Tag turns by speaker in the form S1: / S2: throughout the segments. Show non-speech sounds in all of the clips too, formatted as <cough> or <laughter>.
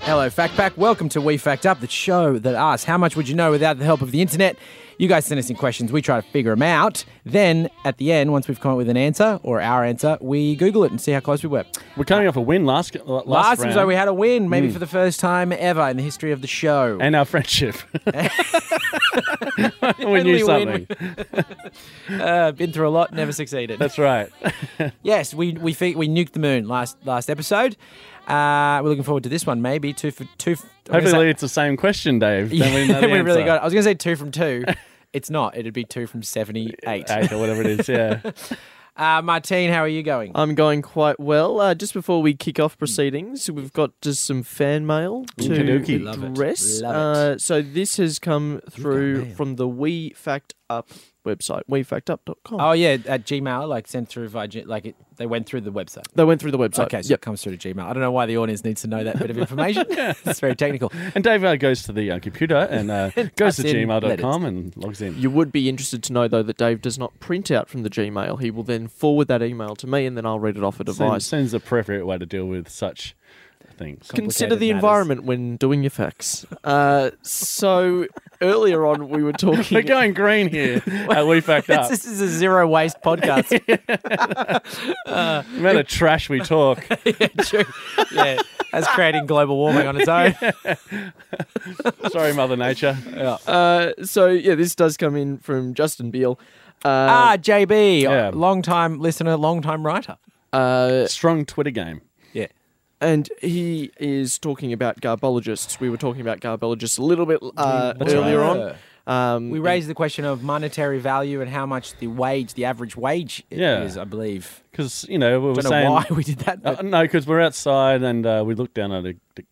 S1: Hello, Fact Pack. Welcome to We Fact Up, the show that asks how much would you know without the help of the internet. You guys send us in questions, we try to figure them out. Then, at the end, once we've come up with an answer or our answer, we Google it and see how close we were.
S2: We're coming off a win last uh, last,
S1: Last
S2: round. Hmm.
S1: episode, we had a win, maybe for the first time ever in the history of the show.
S2: and
S1: <laughs>
S2: our friendship. <laughs> we
S1: Only
S2: knew
S1: win.
S2: something.
S1: Uh, been through a lot, never succeeded.
S2: That's
S1: <laughs>
S2: right.
S1: Yes, we we fe- we nuked the moon last last episode. Uh, we're looking forward to this one. Maybe two for two. f- I'm gonna
S2: Hopefully,
S1: say-
S2: it's the same
S1: <laughs>
S2: question, Dave. Then we, know the
S1: we really
S2: answer.
S1: got. It. I was going to say two from
S2: <laughs>
S1: two. It's not. It'd be two from seventy-eight.
S2: Eight or whatever it
S1: <laughs>
S2: is. Yeah.
S1: Uh, Martine, how are you going?
S3: I'm going quite well. Uh, just before we kick off proceedings, we've got just some fan mail to
S2: Okey-dokey.
S1: Love it.
S3: address.
S1: Love it.
S3: Uh, so this has come through
S1: mail.
S3: from the We Fact Up website, wefactup.com.
S1: Oh yeah, at Gmail, like sent through via G- like it, they went through the website.
S3: They went through the website.
S1: Okay, so
S3: Yep.
S1: it comes through to Gmail. I don't know why the audience needs to know that bit of information. it's very technical.
S2: And Dave uh, goes to the uh, computer and uh, goes
S1: <laughs> Types
S2: to
S1: in
S2: gmail.com and logs in.
S3: You would be interested to know though that Dave does not print out from the Gmail. He will then forward that email to me, and then I'll read it off a
S2: Seems,
S3: device.
S2: seems the appropriate way to deal with such things.
S3: Consider the
S1: matters.
S3: environment when doing your facts. Uh, so earlier on, we
S1: <laughs>
S3: were talking.
S2: We're going green here. uh, we fucked up.
S1: This is a zero waste podcast. <laughs>
S2: The amount of trash
S1: <laughs>
S2: we talk.
S1: True. yeah, that's creating global warming on its own.
S2: Sorry, Mother Nature. Yeah.
S3: Uh, so yeah, this does come in from Justin Beale. Uh,
S1: Ah, JB,
S2: Yeah.
S1: long time listener, long time writer.
S3: uh,
S2: Strong Twitter game.
S1: Yeah.
S3: and he is talking about garbologists. We were talking about garbologists a little bit uh,
S2: That's
S3: earlier
S1: Mm, right.
S3: on. Um,
S1: We raised the question of monetary value and how much the wage, the average wage i-
S2: Yeah.
S1: is, I believe.
S2: Because, you know, we were
S1: Don't know
S2: saying.
S1: why <laughs> we did that.
S2: Uh,
S1: But
S2: no, because we're outside and uh, we looked down at a, the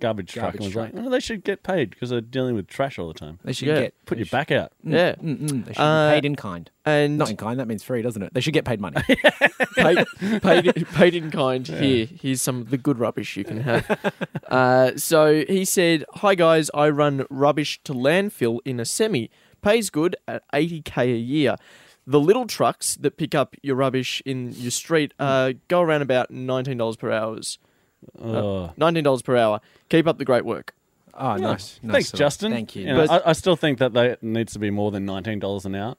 S2: garbage truck
S1: Garbage
S2: and was
S1: truck.
S2: like, oh, they should get paid because they're dealing with trash all the time.
S1: they should
S3: yeah.
S1: get
S2: Put your back out.
S3: yeah,
S1: Mm-mm, they should
S3: Uh,
S1: be paid in kind.
S3: and
S1: Not in kind. That means free, doesn't it? They should get paid
S2: <laughs>
S1: money.
S3: <laughs>
S1: <laughs>
S3: paid, paid, paid in kind. Here, here's some of the good rubbish you can have. <laughs> Uh, so he said, "Hi guys, I run rubbish to landfill in a semi. Pays good at 80k a year. The little trucks that pick up your rubbish in your street uh, go around about nineteen dollars per hour.
S1: Uh,
S2: Oh.
S3: Nineteen dollars per hour. Keep up the great work.
S1: Oh, nice. nice
S2: Thanks,
S1: sort of-
S2: Justin.
S1: Thank you.
S2: know,
S3: But-
S2: I, I still think that they it needs to be more than nineteen dollars an hour.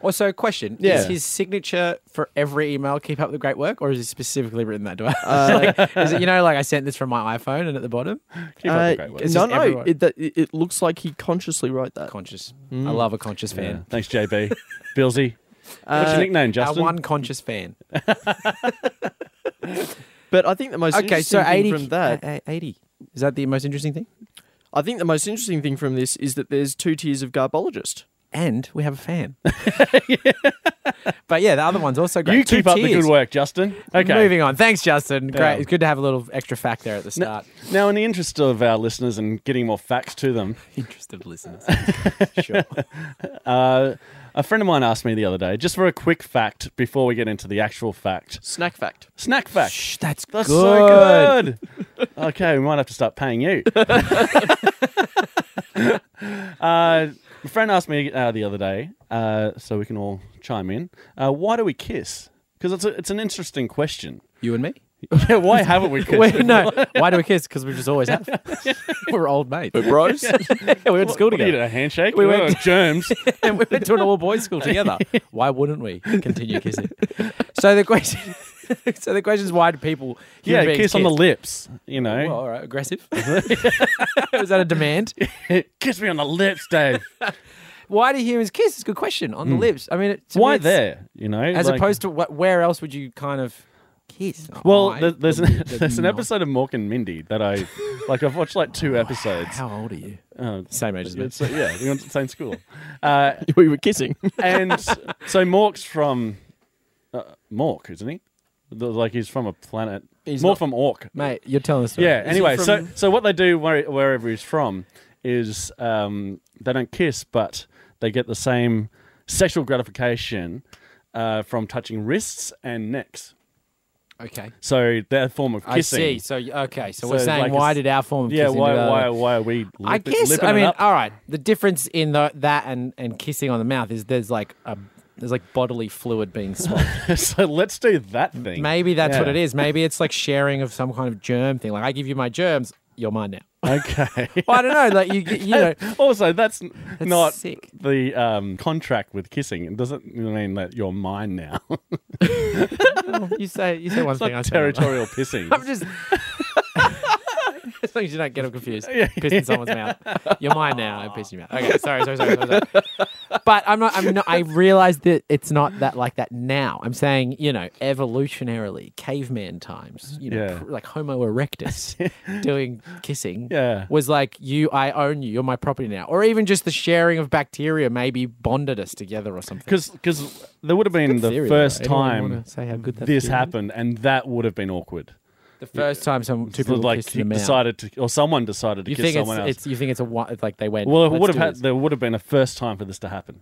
S1: also, question:
S3: Yeah.
S1: Is his signature for every email "Keep up the great work" or is he specifically written that to us?
S3: Uh,
S1: <laughs> like, is it you know like I sent this from my iPhone and at the bottom
S2: Keep up
S3: uh,
S2: the great work.
S1: It's
S3: no,
S1: just
S3: no,
S1: everywhere.
S3: it, that, it it looks like he consciously wrote that.
S1: conscious?
S2: Hmm.
S1: I love a conscious
S2: Yeah.
S1: fan.
S2: Thanks, JB. Billsy. What's your nickname, Justin?
S1: Uh, Our one conscious fan.
S3: But I think the most
S1: Okay,
S3: interesting
S1: so
S3: thing
S1: eighty
S3: from that,
S1: a- a- eighty. Is that the most interesting thing?
S3: I think the most interesting thing from this is that there's two tiers of garbologist.
S1: and we have a
S2: <laughs>
S1: fan. but yeah, the other one's also great.
S2: you
S1: Two
S2: keep up the
S1: tiers.
S2: good work, Justin. Okay.
S1: Moving on. Thanks, Justin.
S2: Yeah.
S1: Great. It's good to have a little extra fact there at the
S2: Now,
S1: start.
S2: now, in the interest of our listeners and getting more facts to them,
S1: Interested
S2: <laughs>
S1: listeners. sure.
S2: uh, a friend of mine asked me the other day, just for a quick fact before we get into the actual fact,
S3: Snack fact.
S2: snack fact.
S1: Shh, that's,
S2: That's
S1: good.
S2: so good. <laughs> okay, we might have to start
S1: <laughs>
S2: paying you. <laughs> uh, my friend asked me uh, the other day, uh, so we can all chime in. Uh, why do we kiss? Because it's a, it's an interesting question. <laughs>
S1: You and me?
S2: Yeah, why
S1: <laughs>
S2: haven't we kissed?
S1: Wait, no. Why do we kiss? Because we just always
S2: <laughs>
S1: have. We're old mates. We're <laughs> bros. we went to school
S2: What do you
S1: together.
S2: get, a handshake.
S1: We
S2: We
S1: went- <laughs>
S2: went <laughs> germs.
S1: and we went to an all boys
S2: <laughs>
S1: school together. Why wouldn't we continue kissing? So the question <laughs> So the question is why do people
S2: yeah,
S1: human beings
S2: kiss on the eh? lips. You
S1: Well,
S2: know,
S1: all right, aggressive. <laughs> Was that a demand?
S2: <laughs> kiss me on the lips, Dave.
S1: Why do humans kiss? It's a good question. On the lips. I mean, it, <laughs> to me,
S2: Hmm. why
S1: it's-
S2: there? You know,
S1: As
S2: like-
S1: opposed to what, where else would you kind of kiss? Oh,
S2: Well,
S1: Eye?
S2: there- there's an,
S1: There's
S2: <laughs> there's an
S1: not.
S2: episode of Mork and Mindy that I like. I've watched like two episodes.
S1: How old are you?
S2: Uh,
S1: Same age as me.
S2: It's, uh, yeah, we went to the same school. Uh,
S3: <laughs> We were kissing.
S2: and so Mork's from uh, Mork, isn't he? The- like he's from a planet.
S3: He's
S2: More
S3: not-
S2: from Orc.
S1: Mate, you're telling us.
S2: Yeah.
S3: he
S2: Anyway, so
S3: from-
S2: so what they do where, wherever he's from is um, they don't kiss, but they get the same sexual gratification uh, from touching wrists and necks.
S1: Okay.
S2: So their form of
S1: I
S2: kissing.
S1: see. So, okay. So, we're
S2: So,
S1: saying
S2: like,
S1: why
S2: it's-
S1: did our form of
S2: Yeah,
S1: kissing
S2: why,
S1: do that?
S2: why, why are we? Lip,
S1: I guess,
S2: lipping
S1: I
S2: it
S1: mean,
S2: up?
S1: all right. The difference in the, that and, and kissing on the mouth is there's like a there's like bodily fluid being swapped.
S2: <laughs> so let's do that thing.
S1: Maybe that's what
S2: Yeah.
S1: it is. Maybe it's like sharing of some kind of germ thing. Like I give you my germs, you're mine now.
S2: Okay.
S1: Well, I don't know. Like you,
S2: <laughs>
S1: you know,
S2: also, that's, n- not
S1: sick.
S2: the um, contract with kissing. It doesn't mean that you're mine now.
S1: you say you say one
S2: It's <laughs>
S1: thing. I
S2: like
S1: say another.
S2: territorial pissing.
S1: <laughs> I'm just. As long as you don't get them confused,
S2: Yeah,
S1: pissed in someone's mouth. You're mine now. I pissed in your mouth. Okay, sorry, sorry, sorry, sorry. sorry. But I'm not. I'm not. I realize that it's not that like that now. I'm saying you know, evolutionarily, caveman times. You know,
S2: Yeah.
S1: pr- like Homo
S2: <laughs>
S1: erectus doing kissing.
S2: Yeah.
S1: was like you. I own you. You're my property now. Or even just the sharing of bacteria maybe bonded us together or something.
S2: Because there would have been the
S1: Theory, though.
S2: first
S1: Anyone
S2: time
S1: wanna say how good that
S2: this
S1: theory is?
S2: happened, and that would have been awkward.
S1: The first time some two
S2: So,
S1: people
S2: like
S1: kissed in the mouth.
S2: he decided to, or someone decided to
S1: You
S2: kiss
S1: think it's,
S2: someone else.
S1: it's you think it's a one- it's like they went.
S2: well, it
S1: "Let's
S2: would have
S1: do
S2: had
S1: this."
S2: there would have been a first time for this to happen.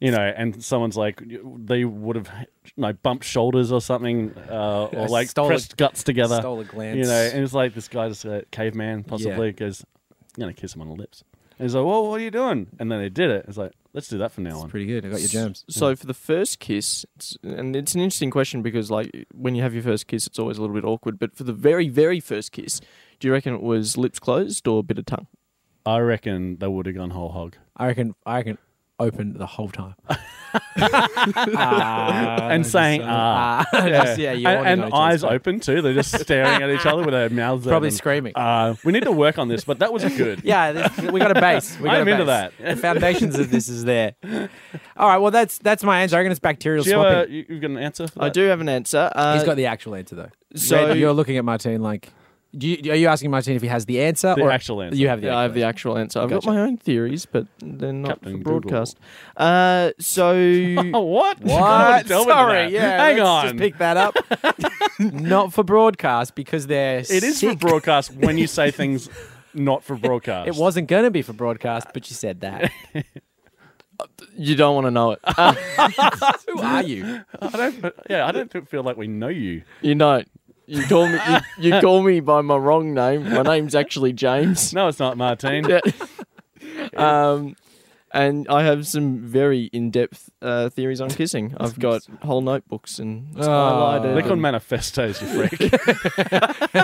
S2: You know, and someone's like, they would have like bumped shoulders or something, uh,
S1: <laughs>
S2: or like
S1: Stole a-
S2: pressed guts together.
S1: stole a glance.
S2: You know, and it's like this guy's a caveman, possibly, goes, I'm going to kiss him on the lips. And he's like, well, what are you doing? And then they did it. It's like, let's do that from now on.
S1: pretty good. I got your germs.
S3: So for the first kiss, it's, and it's an interesting question because like when you have your first kiss, it's always a little bit awkward. But for the very, very first kiss, do you reckon it was lips closed or bit of tongue?
S2: I reckon they would have gone
S1: <laughs>
S2: whole hog.
S1: I reckon. I reckon. Open the whole
S2: <laughs>
S1: time.
S2: and saying, ah.
S1: <laughs> yeah, yeah you
S2: and
S1: wanna
S2: and
S1: know each
S2: eyes
S1: other's-
S2: open too. They're just staring at each other with their mouths
S1: probably
S2: open.
S1: screaming.
S2: Uh, we need to work on this, but that was good.
S1: yeah, this, we got a base. <laughs>
S2: <laughs>
S1: We got
S2: I'm
S1: a
S2: into
S1: base.
S2: that.
S1: The foundations of this is
S2: <laughs>
S1: there. All right. Well, that's that's my answer. I reckon it's bacterial
S2: Do you have a,
S1: swapping.
S2: you- you've got an answer? For that?
S3: I do have an answer. Uh,
S1: He's got the actual answer though.
S3: so-
S1: Red, you're looking at Martine like. Do you, are you asking Martine if he has the answer
S2: The
S1: or
S2: actual answer.
S1: You have the.
S3: yeah,
S1: actual
S3: I have the actual answer. I've
S1: Gotcha.
S3: got my own theories, but they're not
S2: Captain
S3: for
S2: Google.
S3: broadcast. Uh, so
S2: Oh, what? You
S1: <laughs> What?
S2: can't tell me
S1: Sorry,
S2: that.
S1: yeah.
S2: Hang
S1: let's
S2: on.
S1: Just pick that up. Not for broadcast because they're.
S2: it is for broadcast when
S1: <laughs>
S2: you say things not for broadcast.
S1: It wasn't going to be for broadcast, but you said that.
S3: you don't want to know it.
S1: Who are you?
S2: I don't, yeah, I don't feel like we know you.
S3: you don't. You call me. You, you call me by my wrong name. My name's actually
S2: <laughs>
S3: James.
S2: No, it's not Martine.
S3: Yeah. um, and I have some very in-depth uh, theories on kissing. I've got whole notebooks and it's
S1: Oh.
S3: highlighted.
S2: They're called
S3: and-
S2: manifestos, you freak.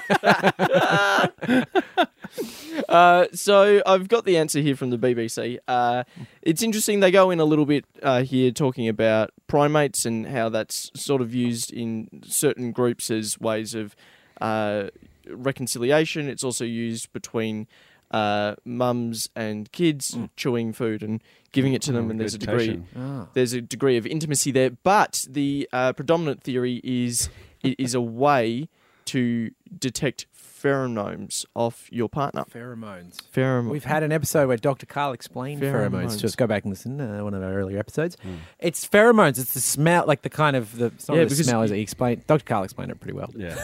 S3: Uh, so I've got the answer here from the BBC. Uh, it's interesting. They go in a little bit uh, here talking about primates and how that's sort of used in certain groups as ways of uh, reconciliation. It's also used between uh, mums and kids chewing food and giving it to them, and there's a degree
S2: Hmm, Regurgitation.
S1: Ah.
S3: there's a degree of intimacy there. But the uh, predominant theory is it is a way to detect pheromones off your partner.
S1: Pheromones.
S3: Pheromone.
S1: We've had an episode where Dr. Carl explained pheromones.
S3: Pheromones.
S1: Just go back and listen to one of our earlier episodes. It's pheromones. It's the smell, like the kind of the. It's not
S3: Yeah,
S1: the
S3: because-
S1: smell as he explained. Dr. Carl explained it pretty well.
S2: Yeah.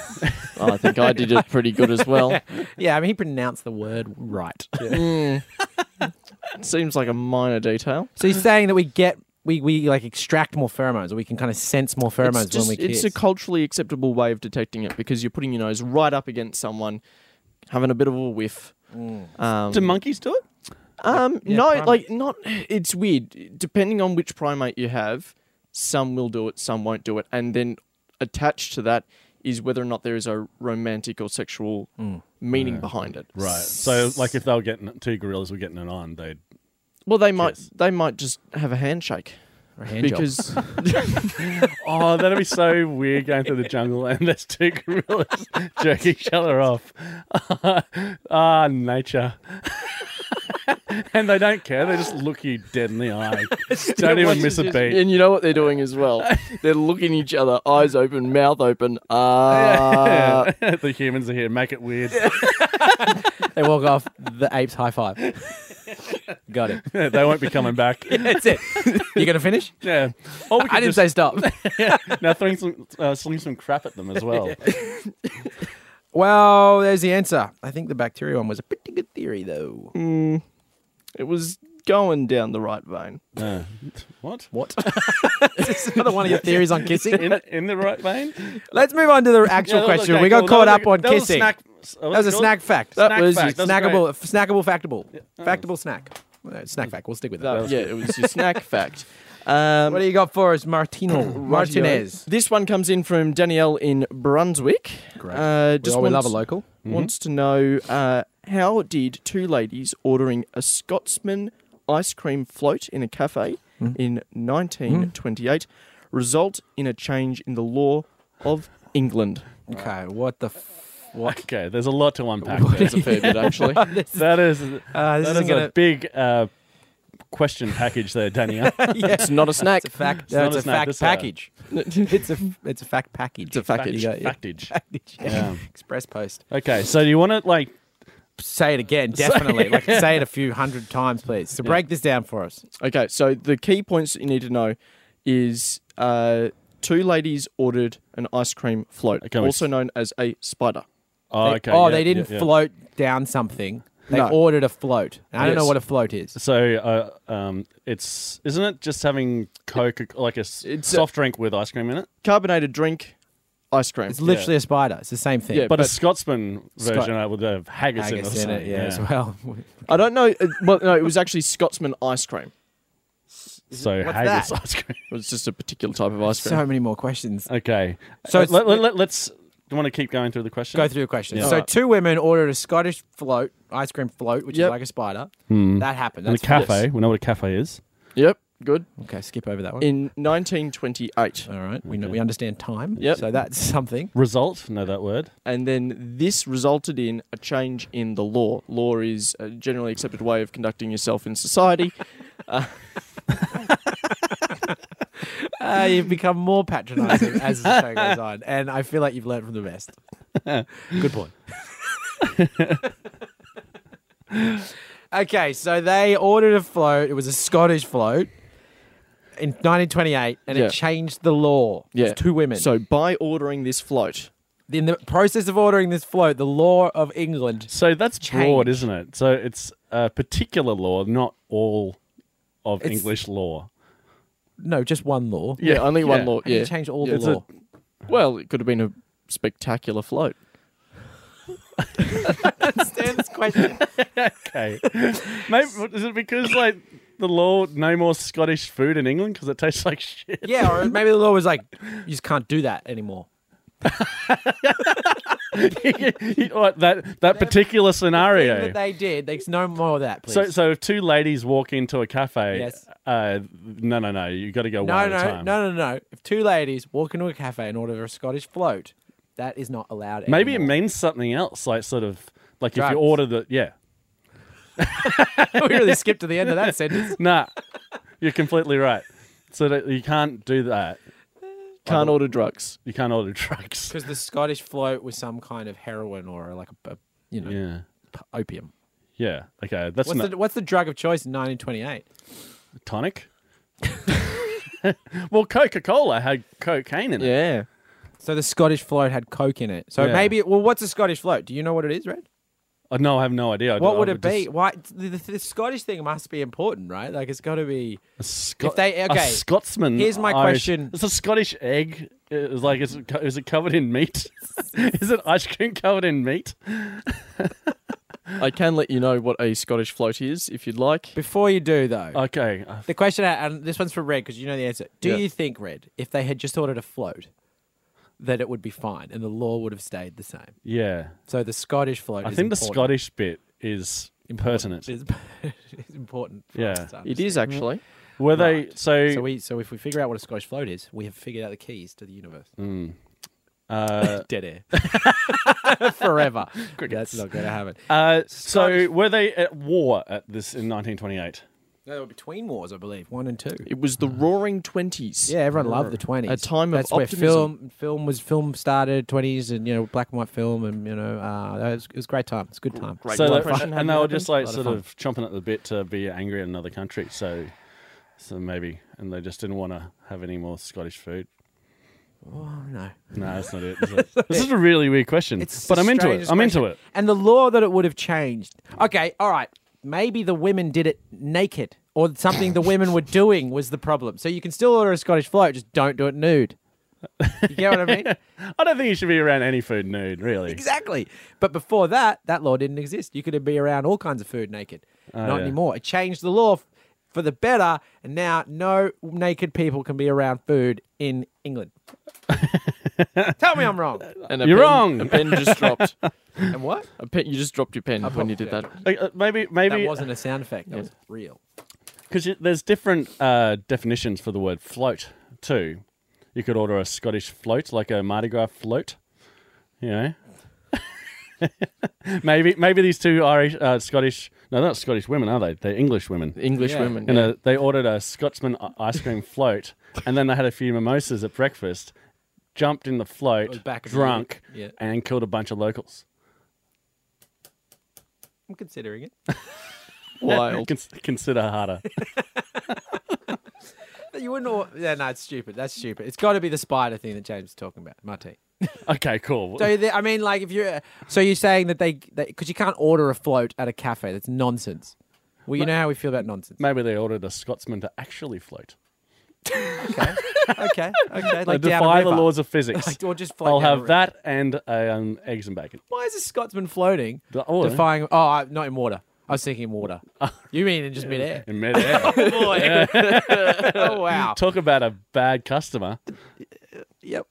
S3: Oh, I think I did it pretty good as <laughs> well.
S1: Yeah, I mean he pronounced the word right.
S3: Mm. Seems like a minor detail.
S1: So he's saying that we get we, we like extract more pheromones, or we can kind of sense more pheromones
S3: it's, just-
S1: when we kiss.
S3: it's a culturally acceptable way of detecting it because you're putting your nose right up against someone, having a bit of a whiff. Um,
S2: Do monkeys do it?
S3: Um,
S1: Mm. Yeah,
S3: no,
S1: primate.
S3: like not. It's weird. Depending on which primate you have, some will do it, some won't do it, and then attached to that is whether or not there is a romantic or sexual
S1: Mm.
S3: meaning behind it.
S2: Right. So, like, if they were getting two gorillas were getting it on, they'd.
S3: Well, they might
S2: Yes.
S3: they might just have a handshake
S1: Or a hand job. <laughs>
S3: because
S2: Oh, that'd be so weird going through the jungle and there's two gorillas <laughs> jerking each other off. <laughs> ah, nature. <laughs> and they don't care. They just look you dead in the eye. don't even miss a beat. <laughs>
S3: and you know what they're doing as well. They're looking at each other, eyes open, mouth open. Ah,
S2: <laughs> the humans are here. Make it weird.
S1: They walk off the apes high five. Got it.
S2: <laughs> they won't be coming back.
S1: That's it. You gonna finish?
S2: Yeah. Or we
S1: I
S2: could
S1: didn't
S2: just <laughs>
S1: say stop.
S2: now throwing some, uh, sling some crap at them as well.
S1: well, there's the answer. I think the bacteria one was a pretty good theory though.
S2: Mm.
S3: it was going down the right vein.
S2: Uh, <laughs> what?
S1: What? Is another one of your <laughs> theories on
S2: <laughs>
S1: kissing?
S2: In, in the right vein?
S1: Let's move on to the actual
S2: Yeah,
S1: question.
S2: okay,
S1: we got
S2: cool.
S1: caught up
S2: That was a-
S1: on
S2: that was a
S1: kissing.
S2: snack-
S1: that was a snack fact.
S2: Snack
S1: that was
S2: fact. That was
S1: snackable, f- snackable, factable, factable snack. Uh, Snack fact. We'll stick with that.
S3: That- yeah, it was your <laughs> snack fact. Um,
S1: What do you got for us, Martino
S2: <coughs>
S1: Martinez?
S3: This one comes in from Danielle in Brunswick.
S1: Great.
S3: Uh,
S1: Just
S3: just
S1: we
S3: wants-
S1: love a local.
S3: wants to know uh, how did two ladies ordering a Scotsman ice cream float in a cafe in 1928 result in a change in the law of England?
S1: Okay, what the f- what?
S2: Okay, there's a lot to unpack. There.
S3: That's a fair bit, actually.
S1: this,
S2: That is
S1: uh, this
S2: that
S1: isn't
S2: is
S1: gonna.
S2: a big uh, question package there, Danielle.
S3: It's not a snack.
S1: It's a fact. It's,
S2: not
S1: it's
S2: a
S1: a fact
S2: snack, this, uh,
S1: package. <laughs> it's a it's a fact package.
S3: It's a package.
S1: You
S2: Fact-
S1: got- yeah.
S2: Factage.
S1: Package.
S2: Yeah.
S1: <laughs> Express post.
S2: Okay, so do you want to like?
S1: Say it again, definitely. like say it a few hundred times, please. So break this down for us.
S3: Okay, so the key points that you need to know is uh, two ladies ordered an ice cream float,
S2: Okay, we-
S3: also known as a spider.
S2: Oh,
S1: They-
S2: okay.
S1: oh,
S2: yeah,
S1: they didn't
S2: yeah, yeah.
S1: float down something. They
S3: No.
S1: ordered a float. And I don't know
S3: Yes.
S1: what a float is.
S2: So, uh, um, it's isn't it just having Coke like a s-
S3: It's a-
S2: soft drink with ice cream in it?
S3: Carbonated drink, ice cream.
S1: It's literally a spider. It's the same thing.
S3: Yeah,
S2: But, a
S3: but-
S2: Scotsman
S1: Scot-
S2: version I would have haggis, in, it or
S1: haggis in
S2: something,
S1: it, yeah, as well.
S3: I don't know. uh, Well, no, it was actually Scotsman ice cream.
S2: So
S1: What's
S2: haggis
S1: that?
S2: ice cream.
S3: It was just a particular type of ice cream.
S1: <laughs> So many more
S2: Uh,
S1: questions.
S2: Okay.
S1: So
S2: So
S1: it's-
S2: let, let, us Do you want to keep going through the question?
S1: Go through the questions.
S2: Yeah.
S1: So
S3: Alright.
S1: two women ordered a Scottish float, ice cream float, which
S3: Yep.
S1: is like a spider.
S2: Hmm.
S1: That happened.
S2: And the
S1: That's
S2: cafe. We know what a cafe is.
S3: yep, good.
S1: Okay, skip over that one.
S3: In 1928,
S1: All right, we know,
S2: Okay.
S1: we understand time.
S3: Yep.
S1: So that's <laughs> something.
S2: Result. Know that word.
S3: and then this resulted in a change in the law. Law is a generally accepted way of conducting yourself in society.
S1: Uh, you've become more
S3: <laughs>
S1: patronising as the show goes on, and I feel like you've learned from the best. Good point. okay, so they ordered a float. It was a Scottish float in 1928, and
S3: Yeah.
S1: it changed the law. It was
S3: Yeah.
S1: two women.
S3: So by ordering this float,
S1: in the process of ordering this float, the law of England.
S2: So that's
S1: Change.
S2: broad, isn't it? So it's a particular law, not all of
S1: It's-
S2: English law.
S1: No, just one law.
S3: yeah, only one
S2: yeah.
S3: law.
S1: How do you
S3: Yeah,
S1: change all
S2: Yeah, it's
S1: the
S2: a-
S1: law.
S3: Well, it could have been a spectacular float.
S1: Understand this question?
S2: Okay. <laughs> Maybe is it because like the law no more Scottish food in England because it tastes like shit?
S1: <laughs>
S2: <laughs>
S1: Yeah, or maybe the law was like, you just can't do that anymore.
S2: Like, that that particular
S1: thing
S2: scenario.
S1: that they did. There's no more of that, please.
S2: So, so if two ladies walk into a cafe,
S1: Yes.
S2: uh, no, no, no, you got to go
S1: no,
S2: one
S1: no,
S2: at a time.
S1: no, no, no. If two ladies walk into a cafe and order a Scottish float, that is not allowed.
S2: Maybe it
S1: anymore.
S2: means something else, like sort of like if
S1: Drugs.
S2: you order the
S1: <laughs>
S2: yeah,
S1: we really skipped to the end of
S2: <laughs>
S1: that sentence.
S2: nah, you're completely right. So that you can't do that.
S3: Can't order drugs.
S2: You can't order <laughs> drugs.
S1: Because the Scottish float was some kind of heroin or like a, a you know
S2: Yeah,
S1: p- opium.
S2: yeah. Okay, that's
S1: What's
S2: not
S1: the, what's the drug of choice in 1928?
S2: tonic. <laughs> well, Coca Cola had cocaine in it.
S3: Yeah.
S1: So the Scottish float had coke in it. So
S2: Yeah.
S1: maybe well, what's a Scottish float? Do you know what it is, Red?
S2: Oh, no, I have no idea. I
S1: What
S2: don't-
S1: would
S2: I
S1: it be?
S2: just-
S1: Why the, the, the Scottish thing must be important, right? Like it's got to be.
S2: a Sco-
S1: If they-
S2: a
S1: okay.
S2: Scotsman.
S1: Here's my
S2: Irish-
S1: question.
S2: It's a Scottish egg. It's like, is it, co- is it covered in meat? <laughs> is it ice cream covered in meat?
S3: I can let you know what a Scottish float is if you'd like.
S1: Before you do though,
S2: Okay, uh,
S1: The question, and this one's for Red because you know the answer. Do
S3: Yeah.
S1: you think, Red, if they had just ordered a float, that it would be fine and the law would have stayed the same?
S2: yeah.
S1: So the Scottish float.
S2: I
S1: is
S2: think the
S1: important.
S2: Scottish bit is
S1: <laughs>
S2: impertinent.
S1: is, is important. For
S2: Yeah.
S1: us to
S3: It is
S1: understand.
S3: actually.
S2: Were they
S1: Right.
S2: so?
S1: So we, so if we figure out what a Scottish float is, we have figured out the keys to the universe.
S2: Mm.
S1: <laughs>
S2: uh,
S1: Dead air. <laughs> Forever. That's not going to happen.
S2: uh, so
S1: Scottish-
S2: were they at war at this in 1928?
S1: No, they were between wars, I believe, one and two.
S3: It was the Roaring Twenties.
S1: Yeah, everyone loved the twenties.
S3: A time of
S1: that's where
S3: optimism.
S1: film film was film started twenties and you know black and white film and you know uh, that was, it was a great time. It's a good time.
S3: Great
S2: so
S3: time.
S2: they-
S3: Depression
S2: and
S3: hadn't
S2: they were
S3: happened?
S2: just like
S1: Lot of
S2: sort
S1: fun.
S2: of, chomping at the bit to be angry at another country. So, so maybe, and they just didn't want to have any more Scottish food.
S1: Oh no!
S2: No, that's not it.
S1: <laughs>
S2: is it? this is a really weird question,
S1: It's
S2: but
S1: the
S2: I'm into it.
S1: strangest
S2: I'm
S1: question.
S2: into it.
S1: And the law that it would have changed. Okay, all right. Maybe the women did it naked, or something the women were doing was the problem. So you can still order a Scottish float, just don't do it nude. You get what I
S2: <laughs>
S1: mean?
S2: I don't think you should be around any food nude, really.
S1: Exactly. But before that, that law didn't exist. You could be around all kinds of food naked. Not
S2: yeah.
S1: anymore. It changed the law f- for the better, and now no naked people can be around food in England. Tell me I'm wrong.
S3: And a
S2: You're
S3: pen,
S2: wrong.
S3: A
S2: <laughs>
S3: pen just dropped.
S1: And what?
S3: A pen, you just dropped your pen when you did
S1: yeah.
S3: that.
S2: Like, uh, maybe
S1: That
S2: maybe
S1: wasn't a sound effect. That was real.
S2: because there's different uh, definitions for the word float too. You could order a Scottish float, like a Mardi Gras float. You know, <laughs> maybe maybe these two Irish, uh, Scottish, no, they're not Scottish women, are they? They're English women.
S3: English
S1: Yeah.
S3: women.
S2: And
S3: yeah.
S2: uh, they ordered a Scotsman i- ice cream float, and then they had a few mimosas at breakfast. Jumped in the
S1: It was
S2: float,
S1: Oh, back of the
S2: drunk,
S1: boat, yeah.
S2: and killed a bunch of locals.
S1: I'm considering it.
S3: Wild.
S2: Cons- consider
S1: <laughs>
S2: harder.
S1: You wouldn't. All, yeah, no, it's stupid. That's stupid. It's got to be the spider thing that James is talking about. Marty.
S2: okay, cool.
S1: So the, I mean, like, if you're so you're saying that they because you can't order a float at a cafe. That's nonsense. Well, you know how we feel about nonsense.
S2: Maybe they ordered a Scotsman to actually float.
S1: Okay, okay, okay.
S2: Like,
S1: down a
S2: defy the
S1: river.
S2: laws of physics.
S1: Like, <laughs> or just float
S2: I'll
S1: down a
S2: have
S1: river.
S2: that and uh, um, eggs and bacon.
S1: Why is a Scotsman floating?
S2: The- oh, yeah.
S1: defying. Oh, I- not in water. I was thinking in water. you mean in just
S2: <laughs>
S1: midair? <laughs>
S2: In midair.
S1: Boy. oh wow.
S2: Talk about a bad customer.
S1: Yep.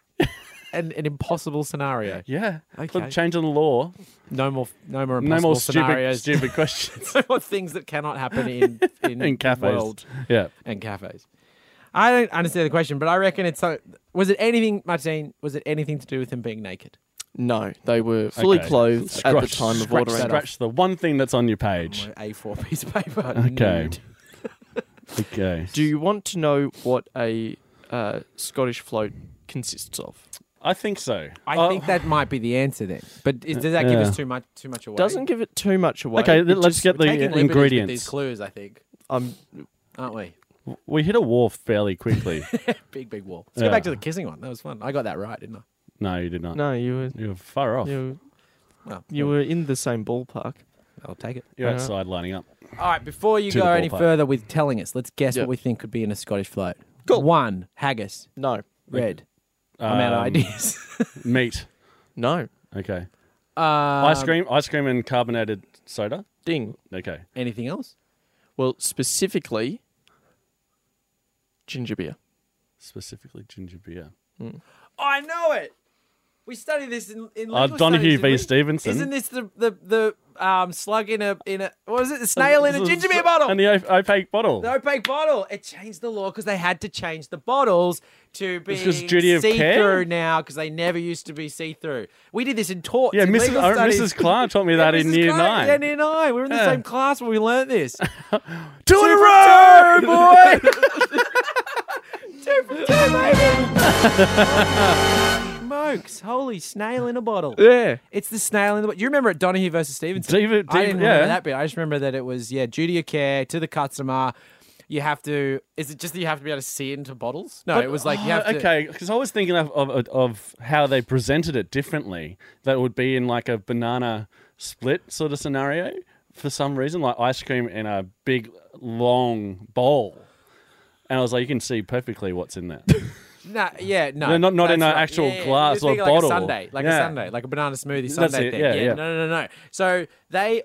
S1: An, an impossible scenario.
S2: Yeah.
S1: Okay.
S2: Look, change in the law.
S1: No more. No more
S2: No
S1: impossible
S2: more stupid,
S1: scenarios.
S2: stupid questions.
S1: <laughs> no more things that cannot happen
S2: <laughs>
S1: in in,
S2: In cafes.
S1: world.
S2: yeah.
S1: and cafes. I don't understand the question, but I reckon it's so. Was it anything, Martine? Was it anything to do with him being naked?
S3: No, they were fully
S2: Okay.
S3: clothed at the
S2: Scratch-
S3: time of
S2: scratch,
S3: ordering.
S2: Scratch the one thing that's on your page.
S1: A four piece of paper.
S2: Okay.
S1: nude.
S2: Okay.
S3: Do you want to know what a uh, Scottish float consists of?
S2: I think so.
S1: I
S2: Oh,
S1: think that might be the answer then. But is, does that give
S2: Yeah.
S1: us too much too much away?
S3: Doesn't give it too much away.
S2: Okay,
S3: It
S2: then let's
S3: just-
S2: get the
S1: We're taking liberties with These
S2: uh, ingredients.
S1: clues, I think,
S3: I'm
S1: aren't we?
S2: We hit a wall
S1: <laughs>
S2: fairly quickly.
S1: Big big wall. Let's go
S2: Yeah.
S1: back to the kissing one. That was fun. I got that right, didn't I?
S2: no, you did not.
S3: no, you were
S2: You were far off.
S3: you,
S1: Well,
S3: you were in the same ballpark.
S1: I'll take it.
S2: You're
S3: Uh-huh.
S2: outside lining up.
S1: All right. Before you
S2: To
S1: go
S2: the
S1: any
S2: ballpark.
S1: further with telling us, let's guess
S3: Yeah.
S1: what we think could be in a Scottish float.
S3: Cool.
S1: One haggis,
S3: No,
S1: red. I'm out of
S2: Um,
S1: ideas. <laughs>
S2: Meat.
S3: no,
S2: Okay.
S1: uh,
S2: ice cream. Ice cream and carbonated soda.
S3: ding.
S2: Okay.
S1: Anything else?
S3: Well, specifically, ginger beer.
S2: Specifically ginger beer.
S1: I know it. We studied this in, in
S2: Uh,
S1: legal studies,
S2: Donahue v.
S1: didn't we?
S2: Stevenson.
S1: Isn't this the the, the um, slug in a in a what was it? The snail in a ginger beer bottle.
S2: And the o- opaque bottle.
S1: the opaque bottle. It changed the law because they had to change the bottles to be
S2: 'cause duty of care?
S1: see-through now because they never used to be see-through. We did this in torts.
S2: yeah,
S1: in
S2: Mrs.
S1: legal
S2: uh,
S1: studies.
S2: Mrs. Clark taught me
S1: Yeah,
S2: that in
S1: Mrs.
S2: year
S1: Clark,
S2: nine.
S1: Yeah, year nine. We were in the
S2: Yeah.
S1: same class when we learned
S2: <laughs>
S1: this.
S2: Two in a
S1: row,
S2: boy.
S1: <laughs> Two for two, baby.
S2: <laughs>
S1: Smokes. Holy snail in a bottle.
S3: Yeah.
S1: It's the snail in the. Do you remember at Donahue versus Stevenson?
S2: David-
S1: I didn't
S2: David-
S1: remember
S2: yeah.
S1: that bit. I just remember that it was yeah, duty of care to the customer. You have to. Is it just that you have to be able to see it into bottles? No, it was like you have to.
S2: uh, okay, because I was thinking of, of of how they presented it differently. That would be in like a banana split sort of scenario for some reason, like ice cream in a big long bowl. And I was like, you can see perfectly what's in
S1: <laughs>
S2: there.
S1: No, yeah, no,
S2: No, not- not in
S1: that's
S2: an actual
S1: Yeah, yeah,
S2: glass
S1: you're
S2: or
S1: thinking
S2: bottle.
S1: Like a Sunday, like a
S2: Yeah.
S1: Sunday, like a banana smoothie Sunday
S2: it,
S1: thing.
S2: yeah, yeah.
S1: No, no, no, no. So they,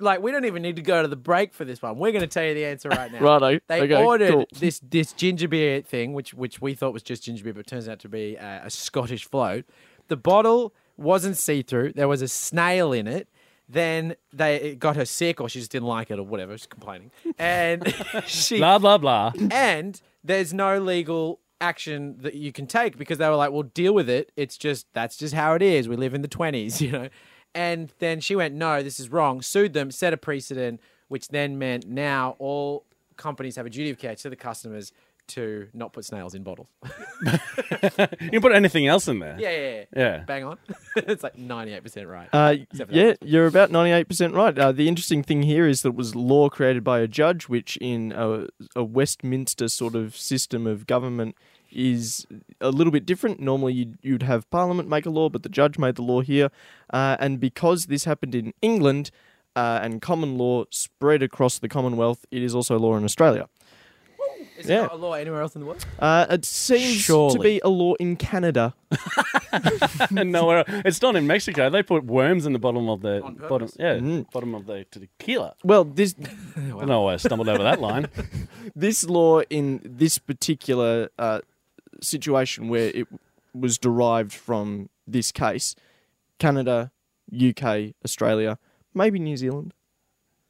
S1: like, we don't even need to go to the break for this one. We're going to tell you the answer right now.
S3: Righto.
S1: They
S3: Okay,
S1: ordered
S3: cool.
S1: this this ginger beer thing, which which we thought was just ginger beer, but turns out to be a, a Scottish float. The bottle wasn't see through. There was a snail in it. Then they it got her sick, or she just didn't like it, or whatever. She's complaining, and <laughs> she
S2: blah blah blah.
S1: and there's no legal action that you can take because they were like, "Well, deal with it. It's just that's just how it is. We live in the 20s, <laughs> you know." And then she went, "No, this is wrong." Sued them, set a precedent, which then meant now all companies have a duty of care to the customers to not put snails in bottles.
S2: You can put anything else in there.
S1: yeah, yeah, yeah.
S2: Yeah.
S1: <laughs> Bang on. it's like 98% right.
S3: Uh,
S1: Except for that
S3: yeah, you're about 98% right. Uh, the interesting thing here is that it was law created by a judge, which in a, a Westminster sort of system of government is a little bit different. Normally, you'd, you'd have Parliament make a law, but the judge made the law here. Uh, and because this happened in England uh, and common law spread across the Commonwealth, it is also law in Australia.
S1: Is
S3: yeah.
S1: it not a law anywhere else in the world?
S3: Uh, it seems
S1: Surely.
S3: to be a law in Canada.
S2: <laughs> and nowhere. Else. It's not in Mexico. They put worms in the bottom of the
S1: On purpose.
S2: bottom. Yeah,
S3: Mm.
S2: bottom of the tequila.
S3: Well, this
S2: I don't know why I stumbled over
S1: <laughs>
S2: that line.
S3: this law in this particular uh, situation where it was derived from this case Canada, UK, Australia, maybe New Zealand.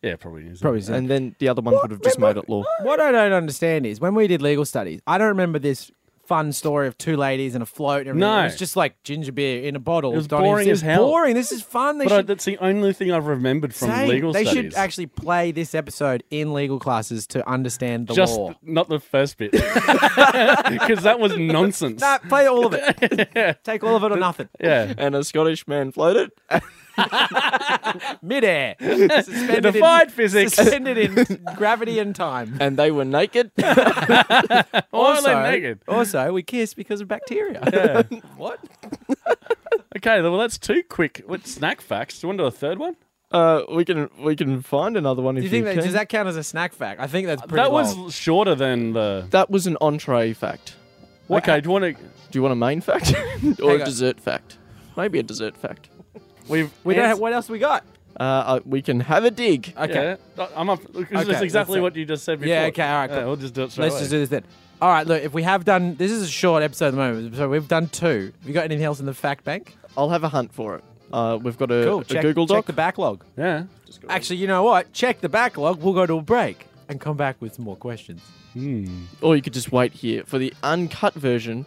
S2: Yeah, probably New Zealand.
S1: Probably Zealand.
S3: And then the other one would have just made it law.
S1: What I don't understand is when we did legal studies, I don't remember this fun story of two ladies and a float. And everything.
S2: No.
S1: it was just like ginger beer in a bottle.
S2: It was
S1: Donnie,
S2: boring
S1: it
S2: as hell.
S1: Boring. This is fun. They
S2: But I,
S1: should.
S2: that's the only thing I've remembered from
S1: say-
S2: legal
S1: they
S2: studies.
S1: should actually play this episode in legal classes to understand the
S2: just
S1: law.
S2: not the
S1: <laughs>
S2: first bit because that was nonsense.
S1: Nah, play all of it.
S2: <laughs>
S1: Take all of it or nothing.
S2: Yeah,
S3: And a Scottish man floated.
S2: <laughs>
S1: Midair. Suspended in-
S2: defied physics.
S1: <laughs> Suspended in gravity and
S2: <laughs>
S1: time.
S3: And they were naked.
S2: Oil and naked.
S1: also, we kiss because of bacteria.
S3: what?
S2: Okay, well that's too quick. What snack facts? Do you want to do a third one?
S3: <laughs> Uh, we can we can find another one
S1: Do <laughs>
S3: if
S1: you think
S3: you,
S1: that,
S3: can.
S1: does that count as a snack fact? I think that's pretty.
S2: that
S1: long.
S2: was shorter than the.
S3: That was an entree fact.
S2: Okay, do you want to?
S3: Do you want a main fact <laughs> or
S1: Hang
S3: a
S1: on.
S3: dessert fact? Maybe a dessert fact.
S2: We've
S1: We don't.
S2: ans-
S1: Have, what else we got?
S3: Uh, uh, we can have a dig.
S1: Okay.
S2: Yeah, I'm up. This
S1: Okay,
S2: is exactly
S1: that's-
S2: what you just said before.
S1: Yeah, okay, all right, cool.
S2: we'll just do it straight
S1: Let's
S2: away.
S1: just do this then. All right, look. If we have done, this is a short episode at the moment, so we've done two. Have you got anything else in the fact bank?
S2: Uh,
S3: I'll have a hunt for it. Uh, we've got a,
S1: Cool.
S3: a
S1: check,
S3: Google
S1: check
S3: Doc.
S1: the backlog.
S2: Yeah.
S1: Actually, you know what? Check the backlog. We'll go to a break and come back with some more questions.
S2: Hmm.
S3: or you could just wait here for the uncut version.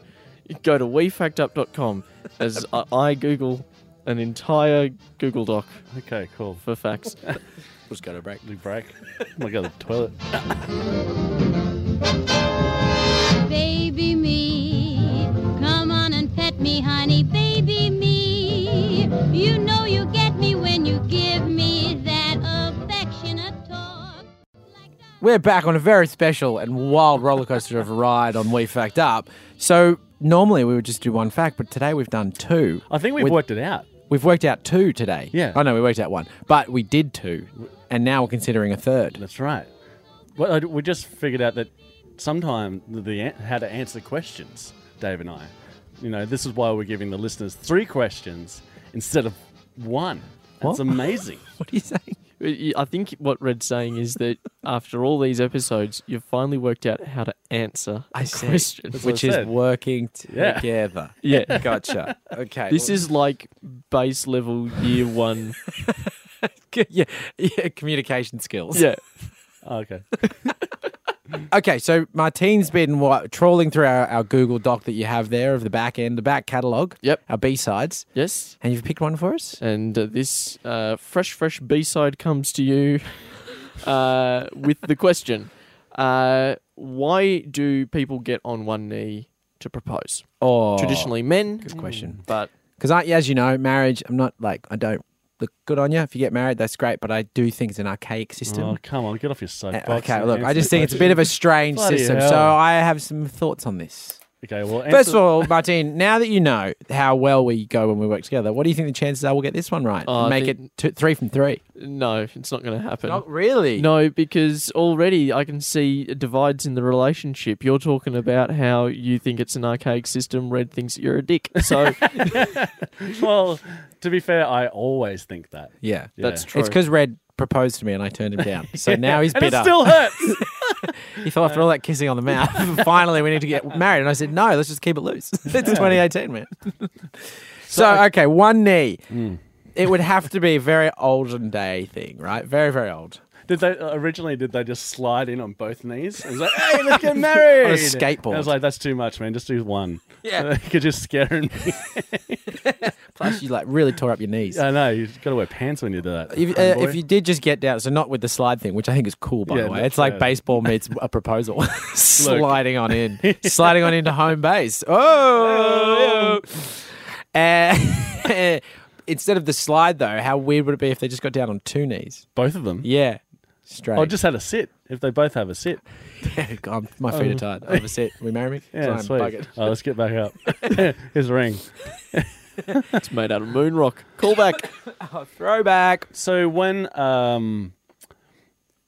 S3: You go to wefactup.com as I, I Google an entire Google Doc
S2: Okay, cool.
S3: for facts.
S1: Let's go to a break.
S2: Do break. I'm gonna go to the
S1: <laughs>
S2: toilet.
S4: Baby me, come on and pet me, honey. Baby me, you know you get me when you give me that affectionate talk. Like that.
S1: We're back on a very special and wild roller coaster of a ride on We Fact Up. So normally we would just do one fact, but today we've done two.
S2: I think we've
S1: With-
S2: worked it out.
S1: We've worked out two today.
S2: Yeah.
S1: Oh no, we worked out one, but we did two, and now we're considering a third.
S2: That's right. Well, I- we just figured out that sometime the, the an- how to answer questions, Dave and I. You know, this is why we're giving the listeners three questions instead of one.
S1: What?
S2: That's amazing.
S1: <laughs> What are you saying?
S3: I I think what Red's saying is that after all these episodes, you've finally worked out how to answer a
S1: see.
S3: question.
S2: That's what I
S1: Which is
S2: said.
S1: working
S2: Yeah.
S1: together.
S3: Yeah.
S1: <laughs> Gotcha. Okay.
S3: This is like base level year one.
S1: yeah, yeah, communication skills.
S3: yeah.
S2: Oh, okay.
S1: Okay, so Martine's been wa trawling through our, our Google Doc that you have there of the back end, the back catalogue.
S3: Yep.
S1: Our B sides,
S3: Yes.
S1: and you've picked one for us.
S3: And uh, this uh, fresh, fresh B side comes to you uh, with the question uh, Why do people get on one knee to propose?
S1: Oh,
S3: Traditionally, men.
S1: good question.
S3: But
S1: Because as you know, marriage. I'm not like I don't look good on you if you get married. That's great, but I do think it's an archaic system.
S2: Oh, come on, get off your
S1: Uh,
S2: soapbox.
S1: Okay,
S2: and
S1: look, I
S2: answer
S1: just
S2: the
S1: think it's a bit of a strange
S2: Bloody
S1: system.
S2: hell.
S1: So I have some thoughts on this.
S2: question. Okay, well,
S1: First
S2: answer-
S1: of all, Martin, now that you know how well we go when we work together, what do you think the chances are we'll get this one right?
S3: Oh, I
S1: Make
S3: think-
S1: it two, three from three.
S3: no, it's not going to happen.
S1: Not really.
S3: No, because already I can see divides in the relationship. You're talking about how you think it's an archaic system, Red thinks you're a dick. <laughs> So
S2: well, to be fair, I always think that.
S1: Yeah,
S2: Yeah.
S3: that's true.
S1: it's because Red proposed to me and I turned him down.
S2: <laughs>
S1: So now he's
S2: and it
S1: bitter. <laughs>
S2: still hurts.
S1: he thought after all that kissing on the mouth, <laughs>
S2: <laughs>
S1: finally we need to get married. And I said, no, let's just keep it loose. <laughs> it's 2018,
S2: <laughs>
S1: man. so okay, one knee.
S2: Mm.
S1: It would have to be a very olden day thing, right? Very, very old.
S2: Did they originally? Did they just slide in on both knees? It was like, hey, let's get married
S1: On a skateboard.
S2: I was like, that's too much, man. Just do one.
S1: <laughs> Yeah.
S2: because <laughs> you're scaring me. <laughs>
S1: Plus, you like really tore up your knees.
S2: I know you've got to wear pants when you do that.
S1: If,
S2: Hey,
S1: uh,
S2: boy.
S1: if you did just get down, so not with the slide thing, which I think is cool by
S2: Yeah,
S1: the way.
S2: not
S1: It's like
S2: bad.
S1: baseball meets a
S2: <laughs>
S1: proposal, <laughs> sliding on in, sliding on into home base. Oh, Uh, <laughs> instead of the slide though, how weird would it be if they just got down on two knees?
S2: both of them, Oh,
S1: Yeah, straight. <laughs>
S2: I just had a sit. If they both have a sit,
S1: God, my feet are tired. I'll have a sit. Will you marry me?
S2: Um, <laughs> yeah,
S1: Fine, bug
S2: sweet.
S1: it.
S2: Oh, let's get
S1: <laughs>
S2: back up. <laughs> Here's a ring.
S3: it's made out of moon rock. Call back.
S1: Throwback.
S2: So when um,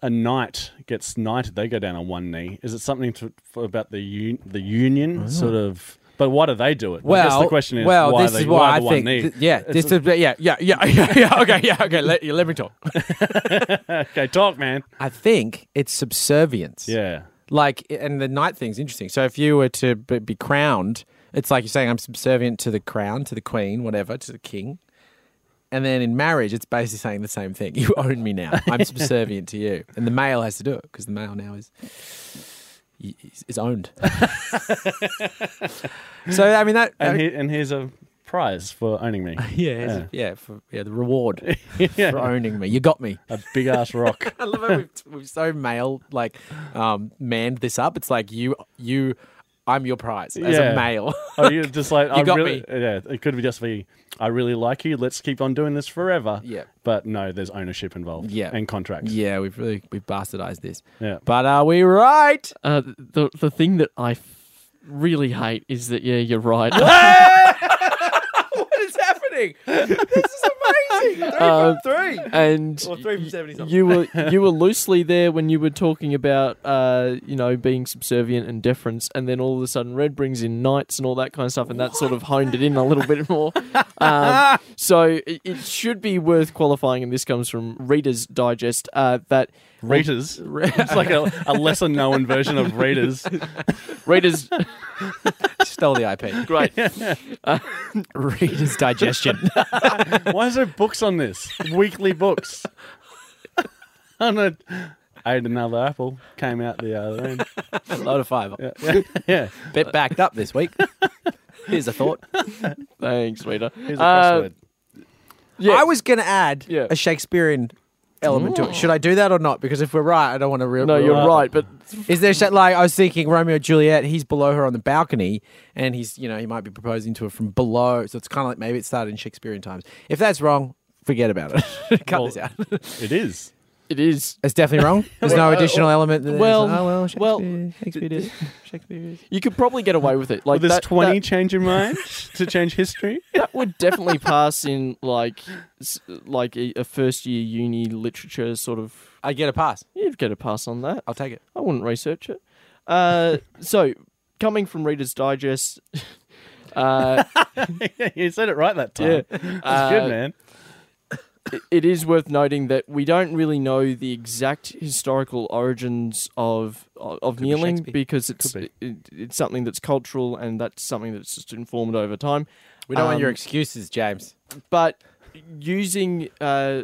S2: a knight gets knighted, they go down on one knee. Is it something to, for, about the un, the union sort of? But why do they do it? I guess
S1: Oh. Well,
S2: the question is
S1: well,
S2: why
S1: this
S2: they,
S1: is
S2: why,
S1: why I
S2: the one
S1: think.
S2: knee?
S1: th- yeah, this is, yeah, yeah, yeah, <laughs> yeah, yeah. Okay, yeah, okay. Let, let me talk.
S2: <laughs> okay, talk, man.
S1: I think it's subservience.
S2: Yeah.
S1: like and the night thing's interesting so if you were to b- be crowned It's like you're saying I'm subservient to the crown, to the queen, whatever, to the king. And then in marriage, it's basically saying the same thing. <laughs> You own me now.
S2: <laughs>
S1: I'm subservient to you. And the male has to do it because the male now is is
S2: <laughs>
S1: owned. so I mean that.
S2: And, here, and here's a prize for
S1: <laughs>
S2: owning me.
S1: yeah, it's- yeah, for, yeah, the reward for
S2: <laughs> yeah,
S1: owning me. You got me.
S2: a big ass rock.
S1: I love how we've, we've so male like um manned this up. It's like you you I'm your prize as
S2: Yeah.
S1: a male.
S2: Oh, you're just like I
S1: got
S2: really,
S1: me.
S2: Yeah, it could be just be I really like you. Let's keep on doing this forever.
S1: Yeah.
S2: but no, there's ownership involved.
S1: Yeah.
S2: and
S1: <laughs>
S2: contracts.
S1: yeah, we've really we've bastardized this.
S2: Yeah.
S1: But are we right?
S3: Uh, the the thing that I f- really hate is that yeah, you're right. <laughs>
S1: What is happening? this is amazing. Three
S3: Um,
S1: three.
S3: and
S1: Or three from
S3: y-
S1: 70 something.
S3: you were you
S2: <laughs>
S3: were loosely there when you were talking about uh, you know being subservient and deference, and then all of a sudden Red brings in knights and all that kind of stuff, and that sort of honed it in a little bit more. Um, so it, it should be worth qualifying, and this comes from Reader's Digest uh, that
S2: Readers. It's like a, a lesser known version of Readers. <laughs>
S3: Reader's
S1: Stole the IP.
S3: great. Uh,
S1: Reader's digestion.
S2: Why is there books on this? Weekly books. <laughs> and I ate another apple, came out the other end.
S1: a lot of fiber.
S2: Yeah. <laughs> yeah.
S1: Bit backed up this week. Here's a thought.
S3: <laughs> Thanks, Reader.
S2: Here's a
S3: Uh,
S2: crossword.
S3: yeah.
S1: I was going to add
S3: Yeah.
S1: a Shakespearean element to it. Should I do that or not? Because if we're right, I don't want to real.
S3: Uh, no, you're
S2: Right.
S3: right, but
S1: Is there shit like I was thinking Romeo and Juliet? He's below her on the balcony, and he's you know he might be proposing to her from below. So it's kind of like maybe it started in Shakespearean times. If that's wrong, forget about it. <laughs> Cut
S2: Well-
S1: this out.
S2: it is.
S3: it is
S1: It's definitely wrong. There's <laughs> no additional element. That
S3: well,
S1: oh, uh, well, Shakespeare,
S3: well,
S1: Shakespeare, did- <laughs> Shakespeare. is-
S3: you could probably get away with it. Like
S2: Will this
S3: that- that-
S2: 20 change your mind to change history? <laughs>
S3: that would definitely pass in like s- like a, a first year uni literature sort of
S1: I get a pass.
S3: you'd get a pass on that
S1: I'll take it.
S3: i wouldn't research it uh, so coming from reader's digest <laughs> uh,
S2: you said it right that time.
S3: yeah,
S2: That's
S3: uh,
S2: good, man.
S3: it- it is worth noting that we don't really know the exact historical origins of of, of
S1: be
S3: kneeling
S1: Shakespeare.
S3: because it's
S2: Could
S3: it, it's something that's cultural and that's something that's just informed over time
S1: We don't want your
S3: Um,
S1: excuses, James.
S3: but using uh,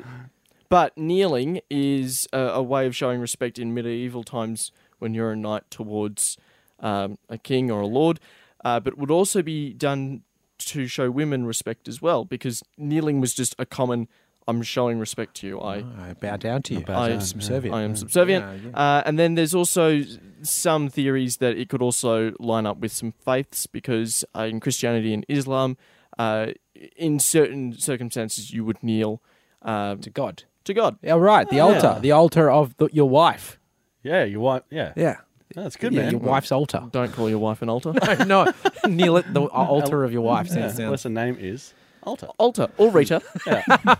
S3: but kneeling is a, a way of showing respect in medieval times when you're a knight towards um, a king or a lord uh, but would also be done to show women respect as well because kneeling was just a common i'm showing respect to you i
S1: I bow down to you.
S2: bow
S1: I'm
S2: down,
S1: subservient.
S3: I am subservient.
S1: Yeah, yeah.
S3: Uh, and then there's also some theories that it could also line up with some faiths because uh, in Christianity and Islam, uh, in certain circumstances, you would kneel uh,
S1: to God.
S3: to God.
S1: Yeah, right. The altar. The altar of the, your wife.
S2: Yeah, you want. Yeah.
S1: Yeah.
S2: No, that's good,
S1: yeah,
S2: man.
S1: Your wife's altar.
S3: Don't call your wife an <laughs> altar.
S1: <laughs> no, kneel at <laughs> the altar of your wife.
S2: Yeah,
S1: Sounds sounds.
S2: Unless the name is Alter.
S3: altar or Rita.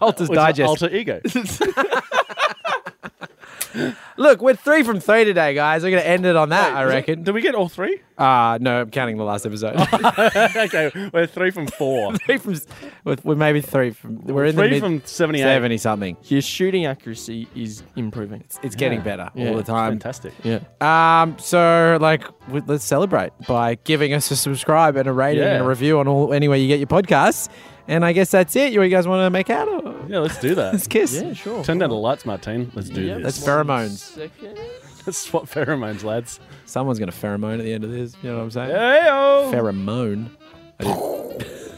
S1: Altar's
S2: Or it's
S1: digest. <laughs>
S2: Alter ego.
S1: Look, we're three from three today, guys. We're gonna end it on that, I reckon.
S2: Did we get all three? <laughs>
S1: Uh no, I'm counting the last episode. <laughs>
S2: okay, we're three from four.
S1: three from, we're- we're maybe three from. <laughs> We're in the
S2: three
S1: mid
S2: from 78.
S1: seventy something.
S3: Your shooting accuracy is improving.
S1: It's getting better
S3: Yeah.
S1: all the time.
S2: Fantastic.
S3: Yeah.
S1: Um, so like, we, let's celebrate by giving us a subscribe and a rating
S2: Yeah.
S1: and a review on all anywhere you get your podcasts. And I guess that's it. You guys want to make out? Or
S2: Yeah, let's do that.
S1: let's kiss.
S3: Yeah, sure.
S2: Turn down the lights, Martine. Let's do
S3: Yeah,
S2: this.
S1: That's
S3: one
S1: pheromones.
S3: second.
S2: Let's <laughs> swap pheromones, lads.
S1: Someone's gonna pheromone at the end of this. You know what I'm saying?
S2: Hey-o!
S1: Pheromone.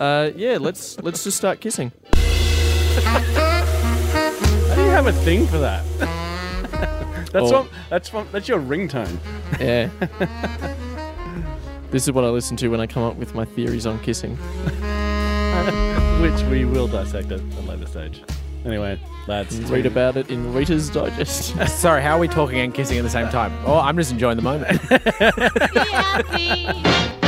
S3: Uh, yeah, let's let's just start kissing.
S2: How do you have a thing for that? <laughs> that's
S3: Oh.
S2: what. That's what. That's your ringtone.
S3: Yeah. <laughs> this is what I listen to when I come up with my theories on kissing.
S2: which we will dissect at a later stage. Anyway, lads,
S3: Read about it in Rita's Digest.
S1: Sorry, how are we talking and kissing at the same time? Oh, I'm just enjoying the moment.
S4: Be happy.